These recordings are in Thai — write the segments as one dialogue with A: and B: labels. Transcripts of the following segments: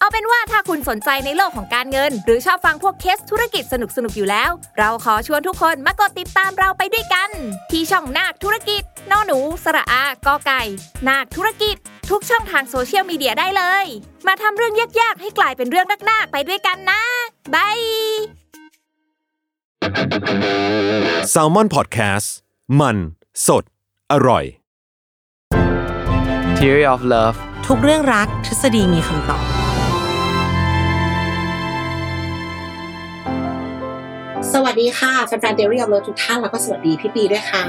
A: เอาเป็นว่าถ้าคุณสนใจในโลกของการเงิน หรือชอบฟังพวกเคสธุรกิจสนุกๆอยู่แล้ว เราขอชวนทุกคนมากดติดตามเราไปด้วยกัน ที่ช่องนาคธุรกิจนอหนู สระอากอไก่ นาคธุรกิจ ทุกช่องทางโซเชียลมีเดียได้เลย มาทำเรื่องยากๆ ให้กลายเป็นเรื่องนักๆไปด้วยกันนะบาย
B: s a l m o n PODCAST มันสดอร่อย
C: Theory of Love
D: ทุกเรื่องรักทฤษฎีมีคำตอบ
E: สวัสดีค่ะแฟนๆเดรี่ออฟเลิทุกท่านแล้วก็สวัสดีพี่ปีด้วยค่ะ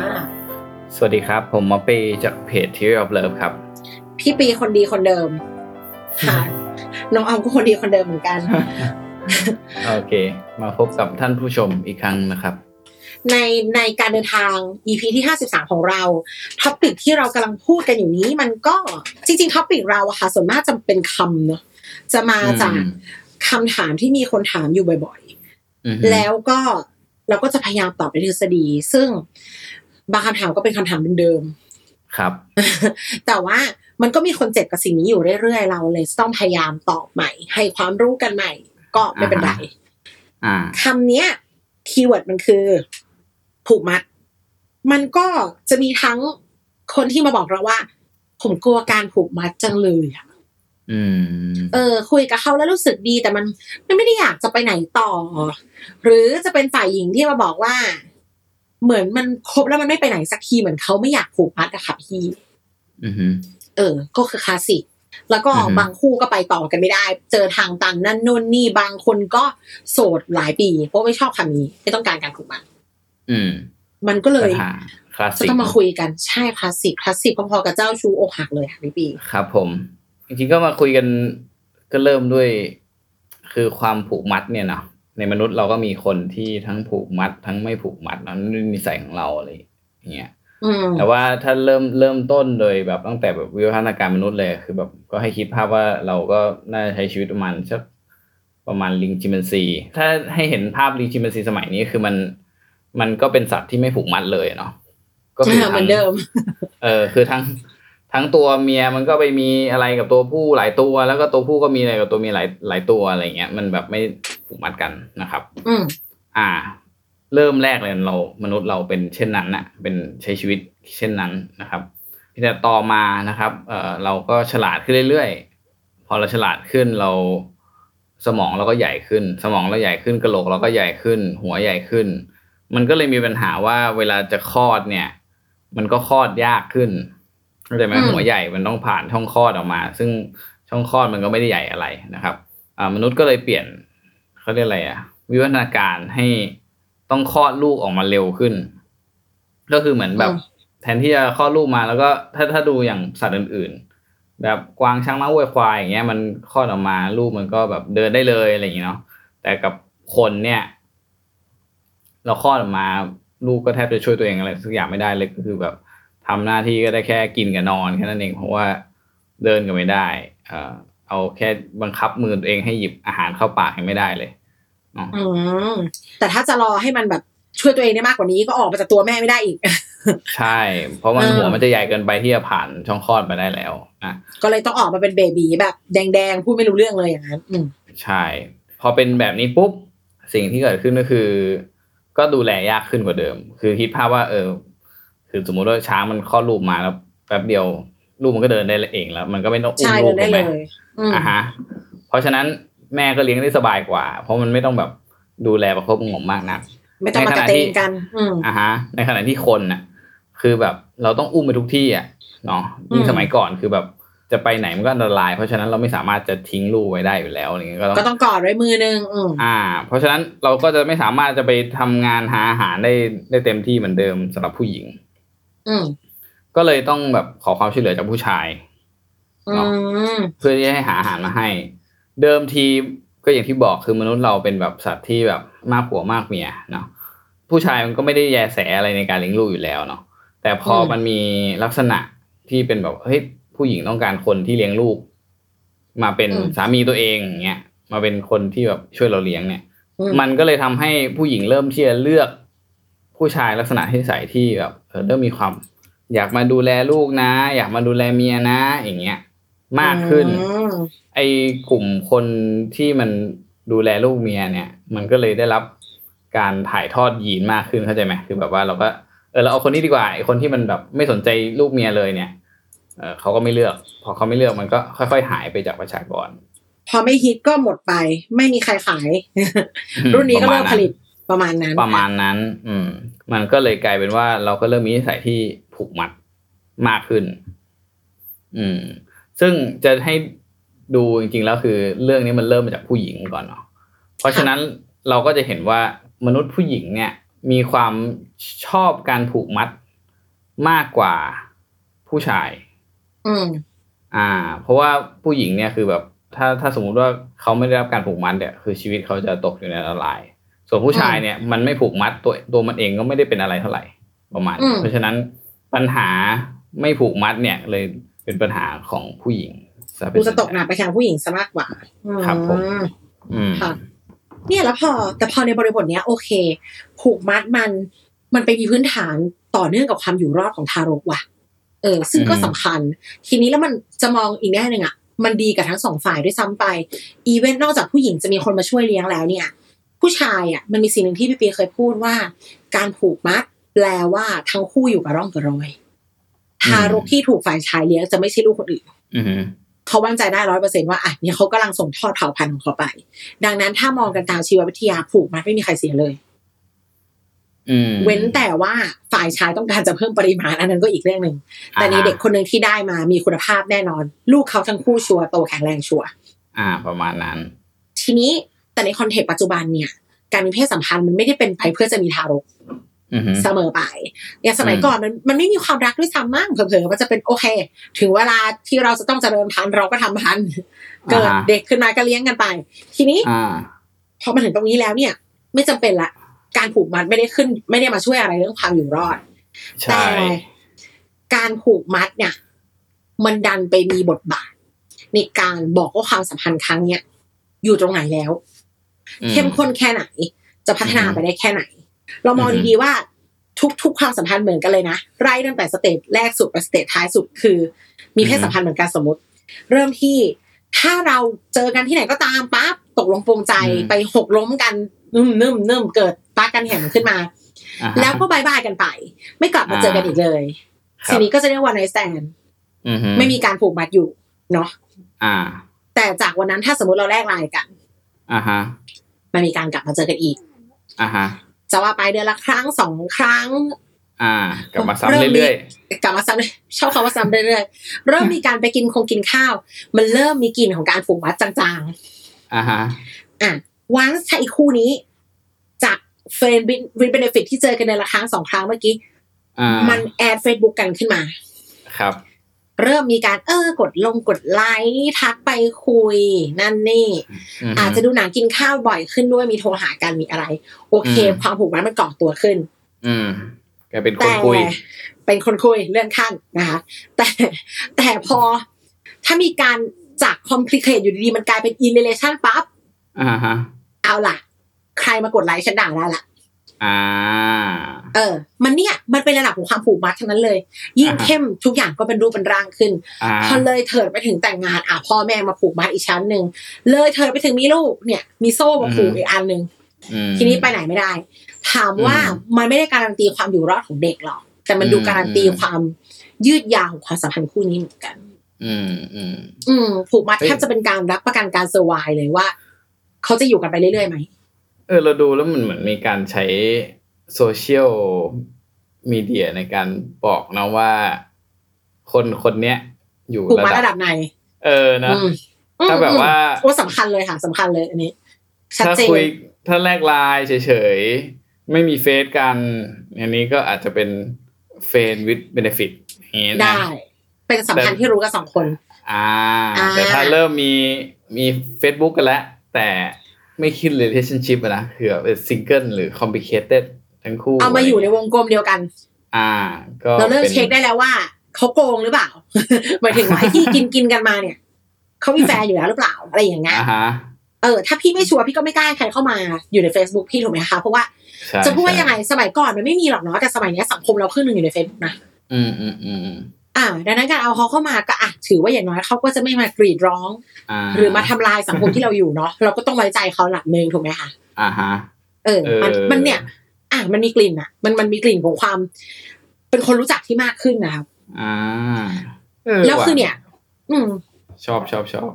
C: สวัสดีครับ ผมหมอเปจากเพจ Theory of Love ครับ
E: พี่ปีคนดีคนเดิมค่ะ น้องออมก็คนดีคนเดิมเหมือนกัน
C: โอเค มาพบกับท่านผู้ชมอีกครั้งนะครับ
E: ในในการเดินทาง EP ที่ 53 ของเราท็อปิกที่เรากำลังพูดกันอยู่นี้มันก็จริงๆท็อปิกเราอะค่ะ ส่วนมากจะเป็นคำเนาะจะมาจาก
C: อืม
E: คำถามที่มีคนถามอยู่บ่อย ๆ
C: อือฮึ
E: แล้วก็เราก็จะพยายามตอบเป็นทฤษฎี ซึ่งบางคำถามก็เป็นคำถามเดิม
C: ครับ
E: ๆ แต่ว่ามันก็มีคนเจ็บกับสิ่งนี้อยู่เรื่อยๆ เราเลยต้องพยายามตอบใหม่ ให้ความรู้กันใหม่ ก็ไม่เป็นไร
C: อ่า
E: คำเนี้ยคีย์เวิร์ดมันคือ ผูกมัด มันก็จะมีทั้งคนที่มาบอกเราว่า ผมกลัวการผูกมัดจังเลยอะ
C: อืม
E: เออคุยกับเขาแล้วรู้สึกดีแต่มันมันไม่ได้อยากจะไปไหนต่อ หรือจะเป็นฝ่ายหญิงที่มาบอกว่า เหมือนมันคบแล้วมันไม่ไปไหนสักทีเหมือนเขาไม่อยากผูกมัดอะค่ะพี่
C: อือฮึ
E: เออ ก็คือคลาสสิกแล้วก็
C: อือฮึ
E: บางคู่ก็ไปต่อกันไม่ได้ เจอทางตันนั่นนู่นนี่บางคนก็โสดหลายปี เพราะไม่ชอบคำนี้ไม่ต้องการการผูกมัด
C: อืม
E: มันก็เล
C: ปั
E: ย
C: ญหาคลาส
E: จะ
C: สิก
E: ต้องมาคุยกันใช่คลาสสิกคลาสสิกพอๆกับเจ้าชูอกหักเลยค่ะพี่ปี
C: ครับผม จริงๆก็มาคุยกันก็เริ่มด้วย คือความผูกมัดเนี่ยเนาะในมนุษย์เราก็มีคนที่ทั้งผูกมัด ทั้งไม่ผูกมัดเนอะนี่นิสัยของเราอะไรอย่างเงี้ย
E: อืม
C: แต่ว่าถ้าเริ่มเริ่มต้นโดยแบบตั้งแต่แบบวิวัฒนาการมนุษย์เลยคือแบบก็ให้คิดภาพว่าเราก็น่าจะใช้ชีวิตประมาณสักประมาณลิงจิมเปนซี ถ้าให้เห็นภาพลิงจิมเปนซีสมัยนี้คือมันมันก็เป็นสัตว์ที่ไม่ผูกมัดเลยเนาะก็คือทั้ง
E: เหมือนเดิม
C: เออคือทั้งทั้งตัวเมียมันก็ไปมีอะไรกับตัวผู้หลายตัว แล้วก็ตัวผู้ก็มีอะไรกับตัวเมียหลายหลายตัวอะไรเงี้ยมันแบบไม่ผูกมัดกันนะครับ
E: อืม
C: อ่า เริ่มแรกเลยเรามนุษย์เราเป็นเช่นนั้นน่ะ เป็นใช้ชีวิตเช่นนั้นนะครับแต่ต่อมานะครับ เอ่อเราก็ฉลาดขึ้นเรื่อยๆ พอเราฉลาดขึ้นเราสมองเราก็ใหญ่ขึ้น สมองเราใหญ่ขึ้นกระโหลกเราก็ใหญ่ขึ้น หัวใหญ่ขึ้น มันก็เลยมีปัญหาว่าเวลาจะคลอดเนี่ย มันก็คลอดยากขึ้นเข้าใจไหม
E: อืม
C: หัวใหญ่มันต้องผ่านช่องคลอดออกมา ซึ่งช่องคลอดมันก็ไม่ได้ใหญ่อะไรนะครับ อ่ามนุษย์ก็เลยเปลี่ยนเขาเรียกอะไรอะวิวัฒนาการให้ต้องคลอดลูกออกมาเร็วขึ้น ก็คือเหมือนแบบ
E: อืม
C: แทนที่จะคลอดลูกมาแล้วก็ถ้าถ้าดูอย่างสัตว์อื่น ๆ แบบกวางช้างม้าวัวควายอย่างเงี้ยมันคลอดออกมาลูกมันก็แบบเดินได้เลยอะไรอย่างเงี้ยเนาะแต่กับคนเนี่ย เราคลอดออกมาลูกก็แทบจะช่วยตัวเองอะไรสักอย่างไม่ได้เลยก็คือแบบทำหน้าที่ก็ได้แค่กินกับนอนแค่นั้นเองเพราะว่าเดินก็ไม่ได้ เอ่อเอาแค่บังคับมือตัวเองให้หยิบอาหารเข้าปากยังไม่ได้เลยเนาะ
E: อืมแต่ถ้าจะรอให้มันแบบช่วยตัวเองได้มากกว่านี้ก็ออกมาจากตัวแม่ไม่ได้อีก
C: ใช่ เพราะมัน
E: เออ
C: หัวมันจะใหญ่เกินไปที่จะผ่านช่องคลอดไปได้แล้วนะ
E: ก็เลยต้องออกมาเป็นเบบีแบบแดงๆ พูดไม่รู้เรื่องเลยอย่างนั้นอืม
C: ใช่ พอเป็นแบบนี้ปุ๊บ สิ่งที่เกิดขึ้นก็คือ ก็ดูแลยากขึ้นกว่าเดิม คือคิดภาพว่า เออ คือสมมุติว่าช้างมันคลอดลูกมาแล้วแป๊บเดียวลูกมันก็เดินได้เองแล้ว มันก็ไม่ต้องอุ้ม
E: ใช่
C: ลู
E: เดิ
C: ก
E: นได้
C: ถูกไห
E: เล
C: ม
E: ย อืม
C: อ่ะฮะ เพราะฉะนั้นแม่ก็เลี้ยงได้สบายกว่า เพราะมันไม่ต้องแบบดูแลประคบประหงมมากนัก
E: ไม่ต้องมากระเตงกัน อืม
C: อ่าฮะในขณะที่คนน่ะ คือแบบเราต้องอุ้มไปทุกที่อ่ะเนาะยิ่ง
E: อืม
C: สมัยก่อนคือแบบจะไปไหนมันก็อันตราย เพราะฉะนั้นเราไม่สามารถจะทิ้งลูกไว้ได้อยู่แล้วอะไรเงี้ยก็ต้
E: ก็
C: อง
E: ต้องกอดไว้มือนึงอืม
C: อ่า เพราะฉะนั้นเราก็จะไม่สามารถจะไปทำงานหาอาหารได้ได้เต็มที่เหมือนเดิมสำหรับผู้หญิง
E: อืม
C: ก็เลยต้องแบบขอความช่วยเหลือจากผู้ชาย
E: อืม
C: เพื่อที่ให้หาอาหารมาให้ เดิมทีก็อย่างที่บอกคือมนุษย์เราเป็นแบบสัตว์ที่แบบมากผัวมากเมียเนาะผู้ชายมันก็ไม่ได้แยแสอะไรในการเลี้ยงลูกอยู่แล้วเนาะแต่พอมันมีลักษณะที่เป็นแบบเฮ้ย ผู้หญิงต้องการคนที่เลี้ยงลูก มาเป็น
E: อืม
C: สามีตัวเองอย่างเงี้ยมาเป็นคนที่แบบช่วยเราเลี้ยงเนี่ย
E: อืม
C: มันก็เลยทำให้ผู้หญิงเริ่มที่จะเลือก ผู้ชายลักษณะที่ใส่ที่แบบเออเริ่มมีความ อยากมาดูแลลูกนะ อยากมาดูแลเมียนะ อย่างเงี้ย มากขึ้น
E: อืม
C: ไอ้กลุ่มคนที่มันดูแลลูกเมียเนี่ย มันก็เลยได้รับการถ่ายทอดยีนมากขึ้นเข้าใจไหมคือแบบว่าเราก็เออเราเอาคนนี้ดีกว่าไอ้คนที่มันแบบไม่สนใจลูกเมียเลยเนี่ยเออเขาก็ไม่เลือก พอเขาไม่เลือกมันก็ค่อย ๆ หายไปจากประชากร
E: พอไม่ฮิตก็หมดไป ไม่มีใครขาย รุ่นนี้ก็เลิกผลิตประมาณนั้น
C: ประมาณนั้น อืม มันก็เลยกลายเป็นว่า เราก็เริ่มมีนิสัยที่ผูกมัดมากขึ้น อืม ซึ่งจะให้ดูจริงๆแล้วคือ เรื่องนี้มันเริ่มมาจากผู้หญิงก่อนเนาะ เพราะฉะนั้นเราก็จะเห็นว่ามนุษย์ผู้หญิงเนี่ย มีความชอบการผูกมัดมากกว่าผู้ชาย
E: อืม
C: อ่า เพราะว่าผู้หญิงเนี่ยคือแบบ ถ้าถ้าสมมุติว่าเขาไม่ได้รับการผูกมัดเนี่ยคือชีวิตเขาจะตกอยู่ในอันตราย ส่วนผู้ชายเนี่ย มันไม่ผูกมัดตัวตัวมันเองก็ไม่ได้เป็นอะไรเท่าไหร่ประมาณ
E: อื
C: นี้
E: ม
C: เพราะฉะนั้นปัญหาไม่ผูกมัดเนี่ยเลยเป็นปัญหาของผู้หญิงซเป็
E: กูจะตก
C: ส่ว
E: ห
C: ให
E: นั
C: ญ่
E: กไปทางผู้หญิงซะมากกว่า
C: ครับผม
E: อืม
C: อืม
E: ค่ะ เนี่ยแล้วพอแต่พอในบริบทเนี้ยโอเค ผูกมัดมัน มันไปมีพื้นฐานต่อเนื่องกับความอยู่รอดของทารกว่ะ เออ ซึ่งก็
C: อืม
E: สำคัญ ทีนี้แล้วมันจะมองอีกแง่หนึ่งอ่ะ มันดีกับทั้งสองฝ่ายด้วยซ้ำไป อีเวนต์นอกจากผู้หญิงจะมีคนมาช่วยเลี้ยงแล้วเนี่ย ผู้ชายอ่ะมันมีสิ่งหนึ่งที่พี่ปีเคยพูดว่า การผูกมัดแปลว่าทั้งคู่อยู่กับร่องกับรอย ทารกที่ถูกฝ่ายชายเลี้ยงจะไม่ใช่ลูกคนอื่น
C: อืม
E: เขาวางใจได้ร้อยเปอร์เซ็นว่าอ่ะเนี่ยเขากำลังส่งทอดเผ่าพันธุ์ของเขาไป ดังนั้นถ้ามองกันตามชีววิทยาผูกมัดไม่มีใครเสียเลย
C: อืม
E: เว้นแต่ว่าฝ่ายชายต้องการจะเพิ่มปริมาณอันนั้นก็อีกเรื่องหนึ่งแต่ในเด็กคนหนึ่งที่ได้มามีคุณภาพแน่นอน ลูกเขาทั้งคู่ชัวร์โตแข็งแรงชัวร์
C: อ่า ประมาณนั้น
E: ทีนี้แต่ในคอนเทกต์ปัจจุบันเนี่ยการมีเพศสัมพันธ์มันไม่ได้เป็นไปเพื่อจะมีทารก
C: อืม
E: เสมอไปอย่างสมัย
C: อืม
E: ก่อนมันมันไม่มีความรักด้วยซ้ำมั้งเผลอๆมันจะเป็นโอเค ถึงเวลาที่เราจะต้องเจริญพันธุ์เราก็ทำพันธุ์เกิดเด็กขึ้นมาก็เลี้ยงกันไป ทีนี้
C: อ่า
E: พอมาถึงตรงนี้แล้วเนี่ย ไม่จำเป็นละการผูกมัดไม่ได้ขึ้น ไม่ได้มาช่วยอะไรเรื่องความอยู่รอด แต่
C: ใช่
E: การผูกมัดเนี่ย มันดันไปมีบทบาท ในการบอกว่าความสัมพันธ์ครั้งเนี้ยอยู่ตรงไหนแล้ว
C: อืม
E: เข้มข้นแค่ไหน จะพัฒนาไปได้แค่ไหน เรามอง
C: อืม
E: ดีๆว่าทุกๆความสัมพันธ์เหมือนกันเลยนะ ไล่ตั้งแต่สเตจแรกสุดไปสเตจท้ายสุดคือ มีเพศสัมพันธ์เหมือนกันสมมติ เริ่มที่ถ้าเราเจอกันที่ไหนก็ตามปั๊บตกลงปรงใจ
C: อืม
E: ไปหกล้มกันนุ่มนุ่มนุ่มเกิดปากันแห่งขึ้นมา
C: อ่าฮะ
E: แล้วก็บายบายกันไป ไม่กลับมาเจอกันอีกเลย
C: ครับ
E: สิ่งนี้ก็จะเรียกว่าไนแตน
C: อือฮึ
E: ไม่มีการผูกมัดอยู่เนาะ
C: อ่า
E: แต่จากวันนั้นถ้าสมมติเราแลกไลน์กัน
C: อ่าฮะ
E: มันมีการกลับมาเจอกันอีก
C: อ่าฮะ
E: จะว่าไปเดือนละครั้งสองครั้ง
C: อ่ากลับมาซ้ำ
E: เริ่มมี
C: เรื่อย
E: กลับมาซ้ำ ชอบคำว่าซ้ำเรื่อยๆ เริ่มมีการไปกินคงกินข้าว มันเริ่มมีกลิ่นของการผูกมัดจาง
C: ๆอ่าฮะ
E: ๆ อ่ะวันถ้าอีกคู่นี้ จากเฟรนด์วินเบเนฟิตที่เจอกันในละครั้งสองครั้งเมื่อกี้
C: อ่า
E: มันแอด Facebook กันขึ้นมา
C: ครับ
E: เริ่มมีการเออกดลงกดไลค์ทักไปคุย นั่นนี่
C: ม
E: อาจจะดูหนังกินข้าวบ่อยขึ้นด้วยมีโทรหากันมีอะไร โอเค
C: อืม
E: ความผูกมัดมันก่อตัวขึ้น
C: อืมแกเป็นคน
E: แต่
C: คุย
E: เป็นคนคุยเลื่อนขั้นนะคะแต่แต่พอถ้ามีการจากคอมพลีเคทอยู่ดีๆ มันกลายเป็นอินเ l เลชันปั๊บ
C: อ่าฮะ
E: เอาล่ะ ใครมากดไลค์ฉันด่าได้ละ
C: อ่า
E: เออ มันเนี่ยมันเป็นระดับของความผูกมัดทั้งนั้นเลย ยิ่ง
C: อ่าฮะ
E: เข้มทุกอย่างก็เป็นรูปเป็นร่างขึ้น
C: อ่า
E: พอเลยเถิดไปถึงแต่งงานอ่ะพ่อแม่มาผูกมัดอีกชั้นหนึ่งเลยเถิดไปถึงมีลูกเนี่ย มีโซ่มาผูก
C: อืม
E: อีกอันหนึ่ง
C: อืม
E: ทีนี้ไปไหนไม่ได้ ถามว่า
C: อืม
E: มันไม่ได้การันตีความอยู่รอดของเด็กหรอก แต่มันดู
C: อืม
E: การันตี
C: อืม
E: ความยืดยาวของความสัมพันธ์คู่นี้เหมือนกัน
C: อืมอืม
E: อืมผูกมัด
C: เฮ้ย
E: แทบจะเป็นการรับประกันการเซอร์ไวเลยว่า เขาจะอยู่กันไปเรื่อยๆไหม
C: เออ เราดูแล้วมันเหมือนมีการใช้โซเชียลมีเดียในการบอกนะว่า คนคนเนี้ย อยู่
E: ผูกมัดระดับไหน
C: เออนะ
E: อืมอืม
C: ถ้าแบบว่า
E: โอ้สำคัญเลยค่ะสำคัญเลยอันนี้ ชัด
C: ถ้า
E: เจน
C: คุยถ้าแลกไลน์เฉยๆ ไม่มีเฟซกัน อันนี้ก็อาจจะเป็นเฟนวิดเบนฟิตอย่างนี้นะ
E: ได้ เป็นสัมพันธ์ที่รู้กันสองคน
C: อ่า
E: อ่า
C: แต่ถ้าเริ่มมีมี Facebook กันแล้ว แต่ไม่คิด relationship อะนะคือแบบซิงเกิลหรือ complicated ทั้งคู่
E: เอามาอยู่ในวงกลมเดียวกัน
C: อ่า ก็
E: เราเริ่ม
C: ป็น
E: เช็คได้แล้วว่า เขาโกงหรือเปล่า หมายถึงว่าไอ้ที่กินกินกันมาเนี่ยเขามีแฟนอยู่แล้วหรือเปล่าอะไรอย่างเงี้ย
C: อ่าฮะ
E: เออถ้าพี่ไม่ชัวร์พี่ก็ไม่กล้าให้ใครเข้ามาอยู่ใน Facebook พี่ถูกไหมคะเพราะว่า
C: ใช่
E: จะพูดว่า
C: ใช่
E: ยังไงสมัยก่อนมันไม่มีหรอกเนาะแต่สมัยเนี้ยสังคมเราครึ่งหนึ่งอยู่ใน Facebook นะ
C: อืมอืมอืมอืม
E: อ่าดังนั้นการเอาเขาเข้ามาก็อ่ะถือว่าอย่างน้อยเขาก็จะไม่มากรีดร้อง
C: อ่า
E: หรือมาทำลายสังคมที่เราอยู่เนาะ เราก็ต้องไว้ใจเขาหลักหนึ่งถูกไหมคะ
C: อ่าฮะ
E: เออมัน
C: เออ
E: มันเนี่ย อ่ะมันมีกลิ่นอ่ะ มันมันมีกลิ่นของความ เป็นคนรู้จักที่มากขึ้นนะครับ
C: อ่า
E: แล้วคือเนี่ย อืม
C: ชอบชอบชอบ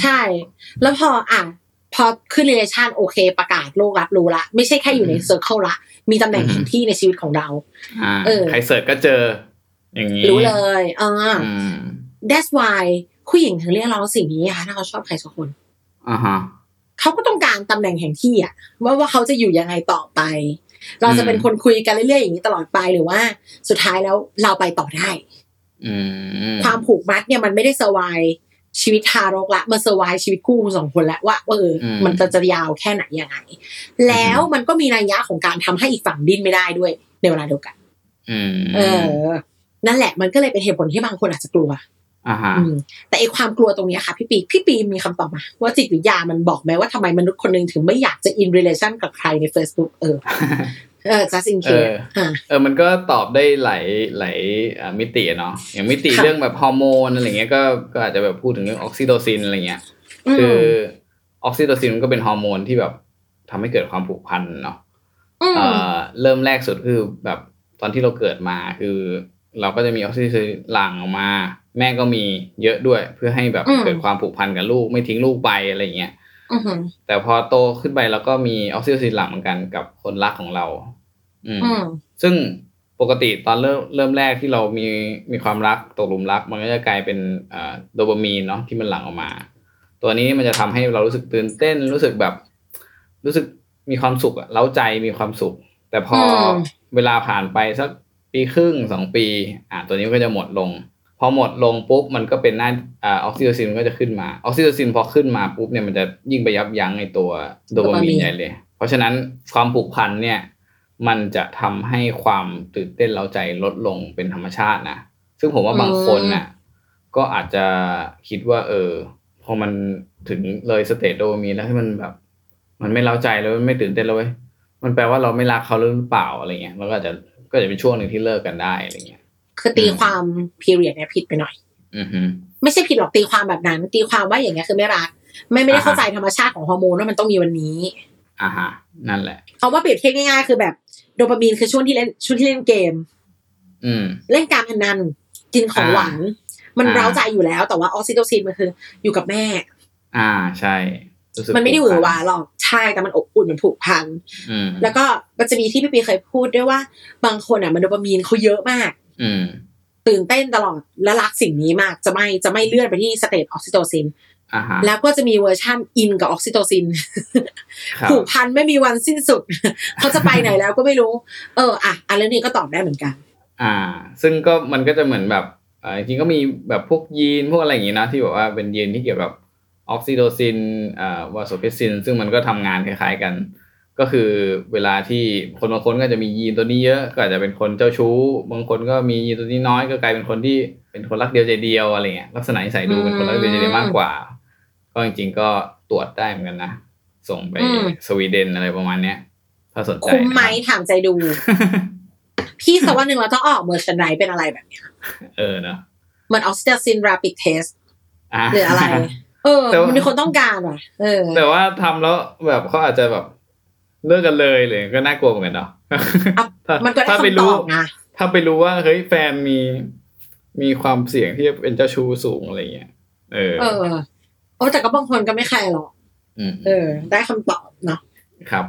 E: ใช่ แล้วพออ่ะพอขึ้น relation โอเคประกาศโลกรับรู้ละ ไม่ใช่แค่อยู่ใน circle ละ มีตำแหน่งเห็นที่ในชีวิตของเรา
C: อ่า
E: เออ
C: ใครเสิร์ชก็เจอ อย่างนี้
E: รู้เลยเออ
C: อืม
E: that's why ผู้หญิงถึงเรียกร้องสิ่งนี้ค่ะถ้าเขาชอบใครสักคน
C: อ่าฮะ
E: เขาก็ต้องการตำแหน่งแห่งที่อะว่าว่าเขาจะอยู่ยังไงต่อไป เราจะเป็น
C: อืม
E: คนคุยกันเรื่อยๆอย่างนี้ตลอดไปหรือว่าสุดท้ายแล้วเราไปต่อได้
C: อืม
E: ความผูกมัดเนี่ยมันไม่ได้สวายชีวิตทารกละมันสวายชีวิตคู่ของสองคนละว่าว่าเอออ
C: ม
E: มันจะจะยาวแค่ไหนยังไงแล้วมันก็มีนัยยะของการทำให้อีกฝั่งดิ้นไม่ได้ด้วย ในเวลาเดียวกัน
C: อืม
E: เออ นั่นแหละมันก็เลยเป็นเหตุผลที่บางคนอาจจะกลัว
C: อ่าฮะ
E: อืมแต่ไอความกลัวตรงเนี้ยค่ะพี่ปีพี่ปีมีคำตอบมา ว่าจิตวิทยามันบอกไหมว่าทำไมมนุษย์คนหนึงถึงไม่อยากจะ in relation กับใครใน Facebook เออ เออ just in
C: เอ
E: case
C: อ
E: อ่ะ
C: เออมันก็ตอบได้หลายหลายอ่ามิติอะเนาะอย่างมิติ
E: ค่ะ
C: เรื่องแบบฮอร์โมนอะไรเงี้ยก็ก็อาจจะแบบพูดถึงเรื่องออกซิโตซินอะไรเงี้ย คือ
E: ม
C: ออกซิโตซินมันก็เป็นฮอร์โมนที่แบบทำให้เกิดความผูกพันเนาะ
E: ม
C: เอ่อเริ่มแรกสุดคือแบบตอนที่เราเกิดมาคือ เราก็จะมีออกซิโตซินหลั่งออกมา แม่ก็มีเยอะด้วย เพื่อให้แบบเกิดความผูกพันกับลูกไม่ทิ้งลูกไปอะไรเงี้ย
E: อือหือ
C: แต่พอโตขึ้นไปเราก็มีออกซิโตซินหลั่งเหมือนกันกับคนรักของเรา อืม
E: อืม
C: ซึ่งปกติตอนเริ่มเริ่มแรกที่เรามีมีความรักตกหลุมรัก มันก็จะกลายเป็นเอ่อโดปามีนเนาะที่มันหลั่งออกมา ตัวนี้มันจะทำให้เรารู้สึกตื่นเต้นรู้สึกแบบ รู้สึกมีความสุขอะเล้าใจมีความสุข แต่พออเวลาผ่านไปสักปีครึ่งสองปี อ่าตัวนี้มันก็จะหมดลง พอหมดลงปุ๊บมันก็เป็นหน้าอ่าออกซิโตซินมันก็จะขึ้นมาออกซิโตซินพอขึ้นมาปุ๊บเนี่ยมันจะยิ่งไปยับยั้งในตัวโดปามีนใหญ่เลย เพราะฉะนั้นความผูกพันเนี่ย มันจะทำให้ความตื่นเต้นเร้าใจลดลงเป็นธรรมชาตินะ ซึ่งผมว่าบางคนน่ะก็อาจจะคิดว่า เออ พอมันถึงเลยสเตจโดมีนแล้วให้มันแบบ มันไม่เล้าใจแล้วมันไม่ตื่นเต้นแล้วเว้ยมันแปลว่าเราไม่รักเขาหรือเปล่าอะไรเงี้ยแล้วก็อาจจะก็อาจจะเป็นช่วงหนึ่งที่เลิกกันได้อะไรเงี้ย
E: คือตี
C: อืม
E: ความ period เนี่ยผิดไปหน่อย
C: อือฮึ
E: ไม่ใช่ผิดหรอกตีความแบบนั้น ตีความว่าอย่างเงี้ยคือไม่รัก ไม่ไม่ได้เข้าใจธรรมชาติของฮอร์โมนว่ามันต้องมีวันนี้
C: อ่าฮะนั่นแหละ
E: เอาว่าเปรียบเทียบง่ายๆคือแบบโดปามีนคือช่วงที่เล่นช่วงที่เล่นเกม
C: อืม
E: เล่นการพนันกินของหวานมัน
C: อ่า
E: เร้าใจอยู่แล้ว แต่ว่าออกซิโตซินมันคือ อยู่กับแม่
C: อ่าใช่รู้สึก
E: มันไม่ได้ห
C: ผู
E: วื
C: ก
E: อ
C: พั
E: หวาหรอกใช่แต่มันอบอุ่นมันผูกพัน
C: อืม
E: แล้วก็มันจะมีที่พี่ปีเคยพูดด้วยว่า บางคนอ่ะมันโดปามีนเขาเยอะมาก
C: อืม
E: ตื่นเต้นตลอดและรักสิ่งนี้มากจะไม่จะไม่เลื่อนไปที่สเตจออกซิโตซิน
C: อ่าฮะ
E: แล้วก็จะมีเวอร์ชั่นอินกับออกซิโตซิน
C: ครับ
E: ผูกพันไม่มีวันสิ้น สุด เขาจะไปไหนแล้วก็ไม่รู้ เอออ่ะอันเรื่องนี้ก็ตอบได้เหมือนกัน
C: อ่า ซึ่งก็มันก็จะเหมือนแบบเอ่อจริงๆก็มีแบบพวกยีนพวกอะไรอย่างงี้นะที่แบบว่าเป็นยีนที่เกี่ยวกับออกซิโดซินอ่าวาโซเพสซิน ซึ่งมันก็ทำงานคล้ายๆกัน ก็คือเวลาที่คนบางคนก็จะมียีนตัวนี้เยอะก็อาจจะเป็นคนเจ้าชู้ บางคนก็มียีนตัวนี้น้อยก็กลายเป็นคนที่เป็นคนรักเดียวใจเดียวอะไรเงี้ยลักษณะนิสัยดูเป็นคนรักเดียวใจเดียวมากกว่า ก็จริงๆก็ตรวจได้เหมือนกันนะส่งไป
E: อืม
C: สวีเดนอะไรประมาณเนี้ยถ้าสนใจ
E: คุ้มไหม
C: นะครับ
E: ถามใจ ดู พี่สักวันหนึ่งเราต้องออกเมอร์ชันไดเป็นอะไรแบบเนี้ย
C: เออเนาะ
E: เหมือนออกซิโตซินราปิดเทส
C: า
E: หรืออะไร เออ
C: แต่ว่ามั
E: มันมีคนต้องการว่ะ เออ
C: แต่ว่าทำแล้วแบบเขาอาจจะแบบเลิกกันเลยเลยก็น่ากลัวเหมือนกันเนาะ
E: อ่ะ
C: ถ้า
E: มันก็ได้
C: ถ้าไป
E: คำต
C: รู้
E: อบนะ
C: ถ้าไปรู้ว่าเฮ้ยแฟนมีมีความเสี่ยงที่จะเป็นเจ้าชู้สูงอะไรเงี้ยเออ
E: เออ โอ้แต่ก็บางคนก็ไม่แคร์หรอก
C: ม
E: เออ ได้คำตอบเนาะ
C: ครับ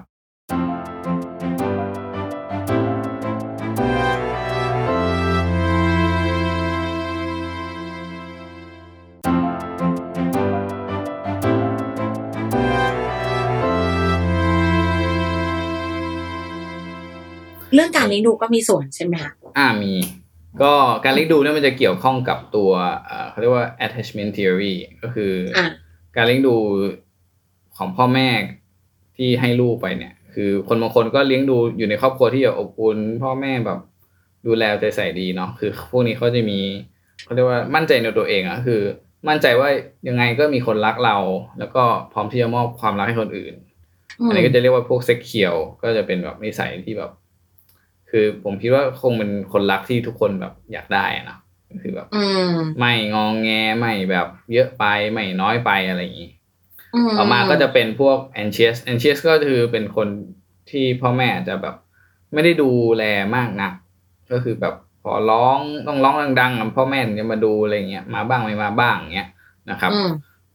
E: เรื่องการเลี้ยงดูก็มีส่วนใช่ไหมคะ
C: อ่ามี ก็การเลี้ยงดูเนี่ยมันจะเกี่ยวข้องกับตัวเอ่อเขาเรียกว่า attachment theory ก็คืออ
E: อ่ะ
C: การเลี้ยงดูของพ่อแม่ที่ให้ลูกไปเนี่ย คือคนบางคนก็เลี้ยงดูอยู่ในครอบครัวที่แบบอบอุ่นพ่อแม่แบบ ดูแลเอาใจใส่ดีเนาะคือพวกนี้เขาจะมีเขาเรียกว่ามั่นใจในตัวเองอะคือ มั่นใจว่ายังไงก็มีคนรักเรา แล้วก็พร้อมที่จะมอบความรักให้คนอื่น
E: อืม
C: อันนี้ก็จะเรียกว่าพวกเซ็กเคียวก็จะเป็นแบบนิสัยที่แบบ คือผมคิดว่าคงเป็นคนรักที่ทุกคนแบบอยากได้อะนะคือแบบ
E: อืม
C: ไม่งองแงไม่แบบเยอะไปไม่น้อยไปอะไรอย่างนี้
E: อืม
C: ต่อมาก็จะเป็นพวก anxious anxious ก็คือเป็นคนที่พ่อแม่จะแบบ ไม่ได้ดูแลมากนัก ก็คือแบบขอร้องต้องร้องดังๆพ่อแม่ถึงจะมาดูอะไรเงี้ยมาบ้างไม่มาบ้างเงี้ยนะครับ
E: อืม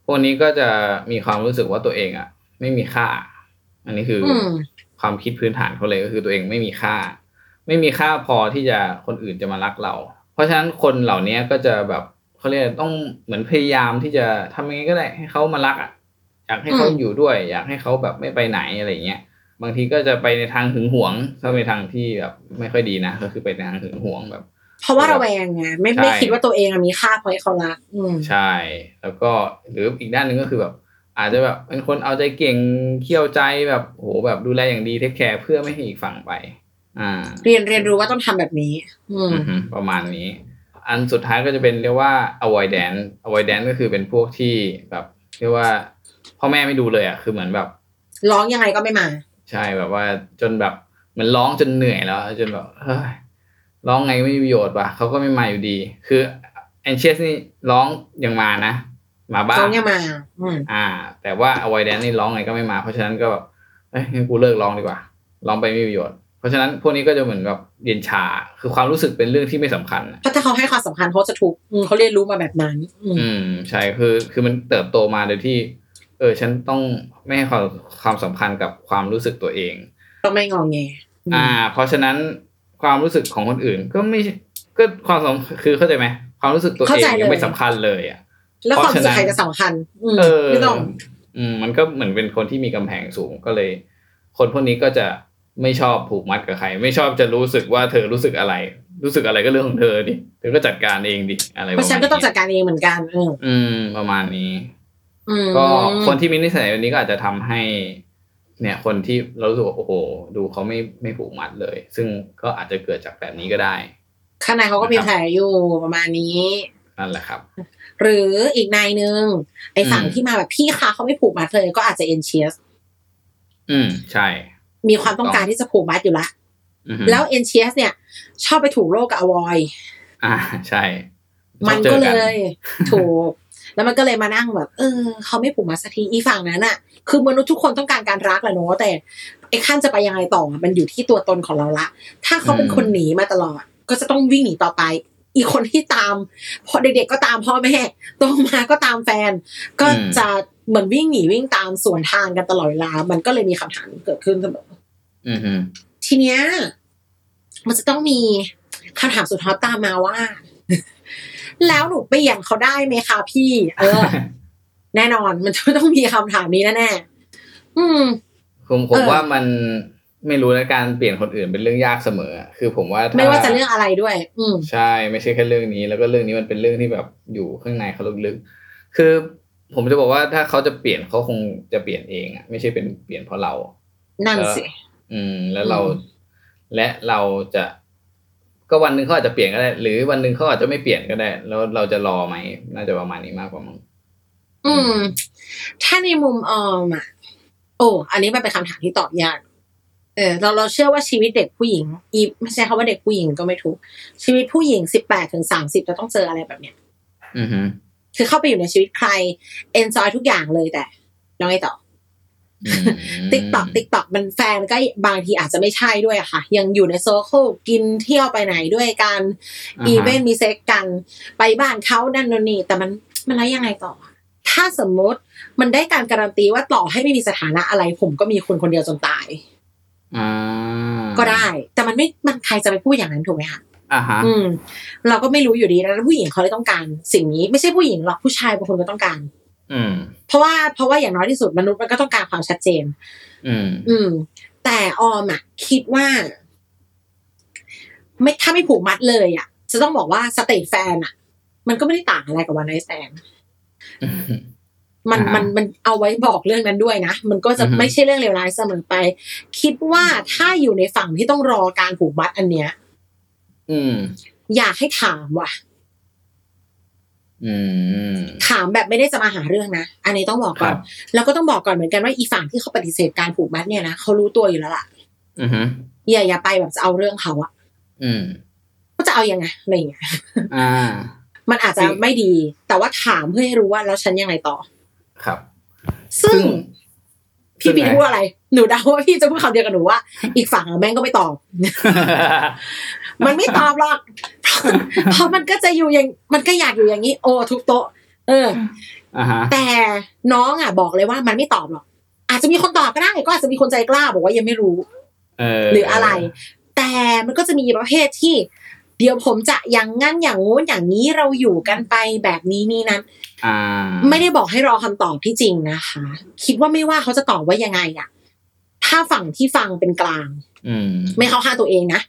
C: พวกนี้ก็จะมีความรู้สึกว่าตัวเองอะไม่มีค่า อันนี้คืออ
E: ม
C: ความคิดพื้นฐานเขาเลยก็คือตัวเองไม่มีค่า ไม่มีค่าพอที่จะคนอื่นจะมารักเรา เพราะฉะนั้นคนเหล่านี้ก็จะแบบเขาเรียกต้องเหมือนพยายามที่จะทำยังไงก็ได้ให้เขามารักอะอยากให้เขา
E: อืม
C: อยู่ด้วย อยากให้เขาแบบไม่ไปไหนอะไรอย่างเงี้ยบางทีก็จะไปในทางหึงหวงถ้าในทางที่แบบไม่ค่อยดีนะก็คือไปในทางหึงหวงแบบ
E: เพราะว่าระแวงไงไม่
C: ใช่
E: ไม่คิดว่าตัวเองอะมีค่าพอให้เขารักอืม
C: ใช่แล้วก็หรืออีกด้านหนึ่งก็คือแบบ อาจจะแบบเป็นคนเอาใจเก่งเขี้ยวใจแบบโหแบบดูแลอย่างดีเทคแคร์เพื่อไม่ให้อีกฝั่งไป อ่า
E: เรียนเรียนรู้ว่าต้องทำแบบนี้ อืม
C: อือฮึประมาณนี้ อันสุดท้ายก็จะเป็นเรียกว่า avoidance avoidance ก็คือเป็นพวกที่แบบเรียกว่าพ่อแม่ไม่ดูเลยอ่ะคือเหมือนแบบ
E: ร้องยังไงก็ไม่มา
C: ใช่แบบว่าจนแบบเหมันร้องจนเหนื่อยแล้ว จนแบบเฮ้ยร้องไงไม่มีประโยชน์ว่ะเขาก็ไม่มาอยู่ดี คือแอนเชสนี่ร้องยังมานะ มาบ้า
E: ร้องยังมา อืม
C: อ่า แต่ว่า avoidance นี่ร้องไงก็ไม่มา เพราะฉะนั้นก็แบบเอ้ยงั้นกูเลิกร้องดีกว่าร้องไปไม่มีประโยชน์ เพราะฉะนั้นพวกนี้ก็จะเหมือนแบบเย็นชา คือความรู้สึกเป็นเรื่องที่ไม่สำคัญอะ
E: เพราะถ้าเขาให้ความสำคัญเขาจะถูกอืมเขาเรียนรู้มาแบบนั้น อืม
C: อืม ใช่คือคือมันเติบโตมาโดยที่ เออ ฉันต้องไม่ให้ความความสำคัญกับความรู้สึกตัวเอง
E: ต้องไม่งองแงอืม
C: อ่า เพราะฉะนั้นความรู้สึกของคนอื่น ก็ไม่ใช่ก็ความสำคือเข้าใจไหมความรู้สึกตัวเองยังไม่สำคัญเลยอ่ะ
E: แล้วความรู้สึกใครจะสำคัญ อืมไม่ต้อง
C: อืมมันก็เหมือนเป็นคนที่มีกำแพงสูงก็เลย คนพวกนี้ก็จะไม่ชอบผูกมัดกับใคร ไม่ชอบจะรู้สึกว่าเธอรู้สึกอะไร รู้สึกอะไรก็เรื่องของเธอดิเธอก็จัดการเองดิอะไร
E: เพราะฉะนันก็ต้องจัดการเองเหมือนกันอืม
C: อืม ประมาณนี้
E: อืม
C: ก็คนที่มีนิสัยแบบนี้ก็อาจจะทำให้ เนี่ย คนที่เรารู้สึกว่าโอ้โห ดูเขาไม่ไม่ผูกมัดเลย ซึ่งก็อาจจะเกิดจากแบบนี้ก็ได้
E: ข้างในเขาก็มีแผลอยู่ประมาณนี้
C: นั่นแหละครับ
E: หรืออีกนายหนึ่งไอ้ฝั่ง
C: อืม
E: ที่มาแบบพี่คะเขาไม่ผูกมัดเลยก็อาจจะเอ็นเชียส
C: อืมใช่
E: มีความต้องการที่จะผูกมัดอยู่ละ
C: อือฮึ
E: แล้วเอ็นเชียสเนี่ย ชอบไปถูกโลกกับอวอย
C: อ่าใช่
E: มัน
C: ช
E: ก็
C: อบจ
E: เล
C: อ
E: ย ถูก แล้วมันก็เลยมานั่งแบบ เออเขาไม่ผูกมัดสักทีอีฝั่งนั้นอะคือมนุษย์ทุกคนต้องการการรักแหละเนาะแต่ไอ้ขั้นจะไปยังไงต่อมันอยู่ที่ตัวตนของเราละ ถ้าเขาเป็น
C: อืม
E: คนหนีมาตลอด ก็จะต้องวิ่งหนีต่อไป อีกคนที่ตามพอเด็กๆก็ตามพ่อแม่โตมาก็ตามแฟน ก็จะเหมือนวิ่งหนีวิ่งตามสวนทางกันตลอดเวลา มันก็เลยมีคำถามเกิดขึ้นเสมอ
C: อือฮึ
E: ทีเนี้ยมันจะต้องมีคำถามสุดฮอตตามมาว่า แล้วหนูเปลี่ยนเขาได้ไหมคะพี่ เออ แน่นอนมันจะต้องมีคำถามนี้แน่ๆอืม
C: ผมผม
E: เออ
C: ว่ามันไม่รู้นะการเปลี่ยนคนอื่นเป็นเรื่องยากเสมอ คือผมว่าถ้
E: ไม่ว่าจะเรื่องอะไรด้วย อืม
C: ใช่ไม่ใช่แค่เรื่องนี้ แล้วก็เรื่องนี้มันเป็นเรื่องที่แบบอยู่ข้างในเขาลึกๆคือผมจะบอกว่าถ้าเขาจะเปลี่ยนเขาคงจะเปลี่ยนเองอะไม่ใช่เป็นเปลี่ยนเพราะเรา
E: นั่นสิ
C: อืม แล้วเรา
E: อืม
C: และเราจะ ก็วันหนึ่งเขาอาจจะเปลี่ยนก็ได้ หรือวันหนึ่งเขาอาจจะไม่เปลี่ยนก็ได้ แล้วเราจะรอไหมน่าจะประมาณนี้มากกว่ามั้ง
E: อืม ถ้าในมุมออมอ่ะ โอ้ อันนี้มันเป็นคำถามที่ตอบยาก เออ เราเราเชื่อว่าชีวิตเด็กผู้หญิง อีไม่ใช่คำว่าเด็กผู้หญิงก็ไม่ถูก ชีวิตผู้หญิงสิบแปดถึงสามสิบจะต้องเจออะไรแบบเนี้ย
C: อือฮึ
E: คือเข้าไปอยู่ในชีวิตใคร เอนจอยทุกอย่างเลยแต่แล้วไงต่อ
C: อืม
E: ติ๊กตอกติ๊กตอกมันแฟนก็บางทีอาจจะไม่ใช่ด้วยอะค่ะ ยังอยู่ในโซเคิลกินเที่ยวไปไหนด้วยกัน
C: อ่าฮะ
E: อีเวนต์มีเซ็กกัน ไปบ้านเขานั่นนู่นนี่แต่มันมันแล้วยังไงต่อ ถ้าสมมติมันได้การการันตีว่าต่อให้ไม่มีสถานะอะไร ผมก็มีคนคนเดียวจนตาย
C: อ่า
E: ก็ได้ แต่มันไม่มันใครจะไปพูดอย่างนั้นถูกไหมคะ
C: อ่าฮะ
E: อืม เราก็ไม่รู้อยู่ดีนะผู้หญิงเขาเลยต้องการ สิ่งนี้ไม่ใช่ผู้หญิงหรอกผู้ชายบางคนก็ต้องการ
C: อืม
E: เพราะว่าเพราะว่าอย่างน้อยที่สุดมนุษย์มันก็ต้องการความชัดเจน
C: อืม
E: อืม แต่ออมอะคิดว่า ไม่ถ้าไม่ผูกมัดเลยอะจะต้องบอกว่าสเตทแฟนอะมันก็ไม่ได้ต่างอะไรกับวันไนแ n นมัน
C: อ่าฮะ
E: มันมันเอาไว้บอกเรื่องนั้นด้วยนะ มันก็จะ
C: อือฮึ
E: ไม่ใช่เรื่องเลวร้ายเสมอไป คิดว่าถ้าอยู่ในฝั่งที่ต้องรอการผูกมัดอันเนี้ย
C: อืม
E: อยากให้ถามว่ะ
C: อืม
E: ถามแบบไม่ได้จะมาหาเรื่องนะ อันนี้ต้องบอกก่อน
C: ครับ
E: แล้วก็ต้องบอกก่อนเหมือนกันว่าอีฝั่งที่เขาปฏิเสธการผูกมัดเนี่ยนะเขารู้ตัวอยู่แล้วล่ะ
C: อือฮึ
E: อย่าอย่าไปแบบจะเอาเรื่องเขาอะ
C: อืม
E: ก็จะเอายังไงอะไรอย่างเงี้ย
C: อ่า
E: มันอาจจะไม่ดี แต่ว่าถามเพื่อให้รู้ว่าแล้วฉันยังไงต่อ
C: ครับ
E: ซึ่ง
C: ซึ่
E: พี่
C: ง
E: บี
C: ไง
E: พูดอะไร หนูเดาว่าพี่จะพูดคำเดียวกับหนูว่า อีกฝั่งอะแม่งก็ไม่ตอบ มันไม่ตอบหรอกเพราะมันก็จะอยู่อย่างมันก็อยากอยู่อย่างนี้ โอ้ทุกโต๊ะ เออ
C: อ่าฮะ
E: แต่น้องอ่ะบอกเลยว่ามันไม่ตอบหรอก อาจจะมีคนตอบก็ได้ก็อาจจะมีคนใจกล้าบอกว่ายังไม่รู้
C: เออ
E: หรืออะไร แต่มันก็จะมีประเภทที่ เดี๋ยวผมจะอย่างงั้นอย่างงู้นอย่างนี้เราอยู่กันไปแบบนี้นี่นั้น
C: อ่า
E: ไม่ได้บอกให้รอคำตอบที่จริงนะคะ คิดว่าไม่ว่าเขาจะตอบว่ายังไงอะถ้าฝั่งที่ฟังเป็นกลาง
C: อืม
E: ไม่เข้าข้างตัวเองนะ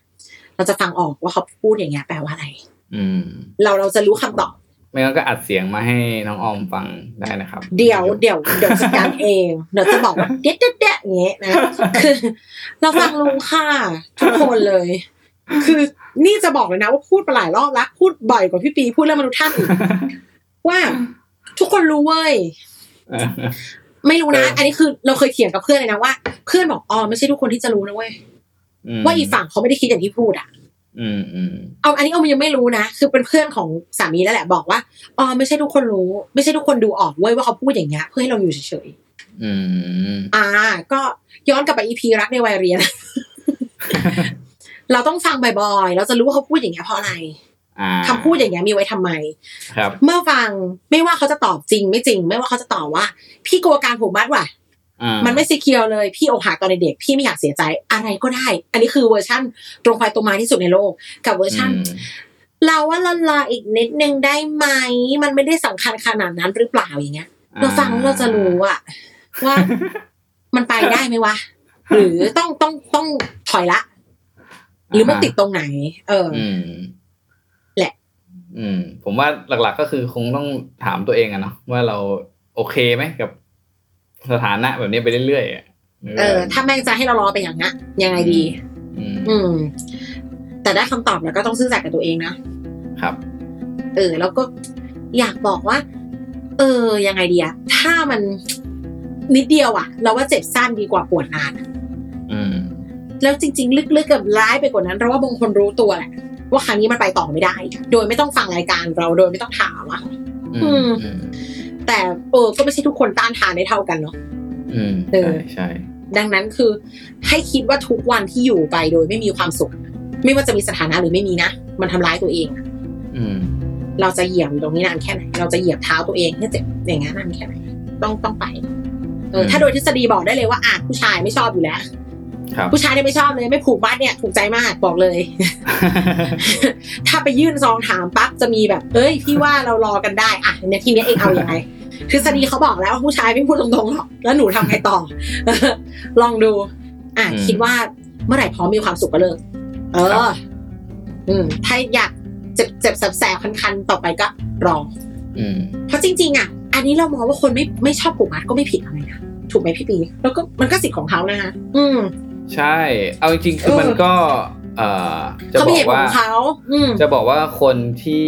E: เราจะฟังออกว่าเขาพูดอย่างเงี้ยแปลว่าอะไร
C: อืม
E: เราเราจะรู้คำตอบ
C: ไม่งั้นก็อัดเสียงมาให้น้องออมฟังได้นะครับ
E: เดี๋ยวเดี๋ยวเดี๋ยวจัดการเองเดี๋ยวจะบอกว่าเด็ดเด็ดเด็ดอย่างเงี้ยนะคือเราฟังลงค่ะทุกคนเลย คือนี่จะบอกเลยนะว่าพูดมาหลายรอบแล้วพูดบ่อยกว่าพี่ปีพูดเรื่องมนุษย์ท่านอีกว่าทุกคนรู้เว้ย
C: เออ
E: ไม่รู้นะ
C: เอออั
E: อันนี้คือเราเคยเถียงกับเพื่อนเลยนะว่าเพื่อนบอกอ๋อไม่ใช่ทุกคนที่จะรู้นะเว้ย
C: ม
E: ว่าอีกฝั่งเขาไม่ได้คิดอย่างที่พูดอ่ะ
C: อืมอืม
E: เอาอันนี้เอามันยังไม่รู้นะ คือเป็นเพื่อนของสามีแล้วแหละบอกว่าอ๋อไม่ใช่ทุกคนรู้ ไม่ใช่ทุกคนดูออกเว้ยว่าเขาพูดอย่างเงี้ยเพื่อให้เราอยู่เฉย
C: อืม
E: ๆอ่า ก็ย้อนกลับไปอีพีรักในวัยเรียน เราต้องฟังบ่อยๆเราจะรู้ว่าเขาพูดอย่างเงี้ยเพราะอะไร
C: อ่า
E: คำพูดอย่างเงี้ยมีไว้ทำไม
C: ครับ
E: เมื่อฟังไม่ว่าเขาจะตอบจริง ไม่จริง ไม่ว่าเขาจะตอบว่า พี่กลัวการผูกมัดว่ะ
C: อ่า
E: มันไม่ซีเคียวเลย พี่อกหักตอนเด็กๆพี่ไม่อยากเสียใจอะไรก็ได้ อันนี้คือเวอร์ชั่นตรงไปตรงมาที่สุดในโลก กับเวอร์ชั่น
C: อืม
E: เราว่าละลาอีกนิดนึงได้ไหม มันไม่ได้สำคัญขนาดนั้นหรือเปล่าอย่างเงี้ยเราฟังแล้วเราจะรู้อะ ว่า มันไปได้ไหมวะ หรือต้องต้องต้องถอยละ หรือมันติดตรงไหน เอออ
C: อืม
E: แหละ
C: อืม ผมว่าหลักๆก็คือคงต้องถามตัวเองอะเนาะว่าเราโอเคไหมกับสถานะแบบนี้ไปเรื่อยๆอะหรื
E: เออ ถ้าแม่งจะให้เรารอไปอย่างนั้นยังไงดี
C: อืม
E: อืม แต่ได้คำตอบแล้วก็ต้องซื่อสัตย์กับตัวเองนะ
C: ครับ
E: เออแล้วก็อยากบอกว่า เออยังไงดีอะถ้ามันนิดเดียวอะเราว่าเจ็บสั้นดีกว่าปวดนานอะ
C: อืม
E: แล้วจริง ๆ ลึกๆกับร้ายไปกว่านั้นเราว่าบางคนรู้ตัวแหละว่าครั้งนี้มันไปต่อไม่ได้ โดยไม่ต้องฟังรายการเราโดยไม่ต้องถามอะ
C: อืมอืม
E: แต่เออก็ไม่ใช่ทุกคนต้านทานได้เท่ากันเนาะ
C: อืม
E: เอ
C: ใช่
E: อ
C: ใช่
E: ดังนั้นคือให้คิดว่าทุกวันที่อยู่ไปโดยไม่มีความสุข ไม่ว่าจะมีสถานะหรือไม่มีนะมันทำร้ายตัวเองอะ
C: อืม
E: เราจะเหยียบอยู่ตรงนี้นานแค่ไหนเราจะเหยียบเท้าตัวเองให้เจ็บอย่างนั้นนานแค่ไหนต้องต้องไป เออ
C: อืม
E: ถ้าโดยทฤษฎีบอกได้เลยว่าอ่ะผู้ชายไม่ชอบอยู่แล้ว
C: ครับ
E: ผู้ชายเนี่ยไม่ชอบเลยไม่ผูกมัดเนี่ยถูกใจมากบอกเลย ถ้าไปยื่นซองถามปั๊บจะมีแบบเอ้ยพี่ว่าเรารอกันได้อ่ะเนี่ยทีเนี้ยเองเอายังไงทฤษฎีเขาบอกแล้วว่าผู้ชายไม่พูดตรงๆหรอกแล้วหนูทำไงต่อ ลองดูอ่ะ
C: อืม
E: คิดว่าเมื่อไหร่พร้อมมีความสุขก็เลิกเอ
C: ครั
E: อบ อืมถ้าอยากเจ็บเจ็บแสบๆคันๆต่อไปก็รอง
C: อืม
E: เพราะจริงๆอ่ะ อันนี้เรามองว่าคนไม่ไม่ชอบผูกมัดก็ไม่ผิดอะไรนะถูกไหมพี่ปี แล้วก็มันก็สิทธิ์ของเขานะคะอืม
C: ใช่ เอาจริงๆคือ
E: เออ
C: มันก็ เอ่อ จะ
E: เขา
C: บ
E: ไม่
C: อ
E: เห็น
C: ก
E: ผล
C: ว่า
E: ของเขา อืม
C: จะบอกว่าคนที่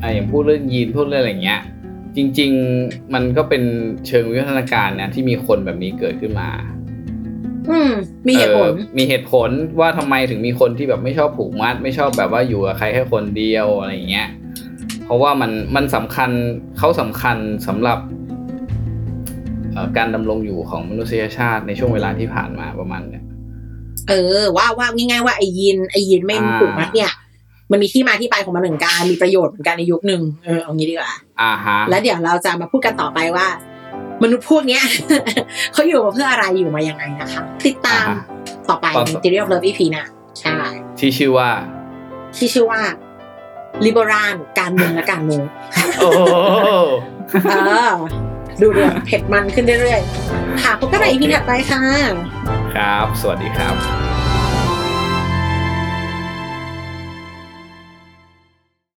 C: ไอะอย่างพูดเรื่องยีนพูดเรื่องอะไรอย่างเงี้ย จริง ๆ มันก็เป็นเชิงวิวัฒนาการนะที่มีคนแบบนี้เกิดขึ้นมา
E: อืม มีเหตุผล
C: เอ่อมีเหตุผลว่าทำไมถึงมีคนที่แบบไม่ชอบผูกมัด ไม่ชอบแบบว่าอยู่กับใครแค่คนเดียวอะไรอย่างเงี้ย เพราะว่ามันมันสำคัญเขาสำคัญสำหรับเอ่อการดำรงอยู่ของมนุษยชาติในช่วงเวลาที่ผ่านมาประมาณเนี้ย
E: เออ ว่าว่าง่ายๆว่าไอ้ยินไอ้ยินไม่
C: อ่า
E: ผูกมัดเนี่ย มันมีที่มาที่ไปของมันเหมือนกันมีประโยชน์เหมือนกันในยุคหนึ่งเออเอางี้ดีกว่า
C: อ่าฮะ
E: แล้วเดี๋ยวเราจะมาพูดกันต่อไปว่า มนุษย์พวกเนี้ย เขาอยู่มาเพื่ออะไรอยู่มายังไงนะคะ ติด
C: อ่
E: ตาม
C: ฮะ
E: ต่อไป
C: ต่อ
E: ใน Theory of Love EP หนะใช่
C: ที่ชื่อ ว่า
E: ที่ชื่อว่า liberal การเมืองและการเมือง
C: โอ้โห
E: เออ ดูเดือดเผ็ดมันขึ้นเรื่อยๆ ค่ะพบกันใหม่อีพีถัดไปค่ะ
C: ครับ สวัสดีครับ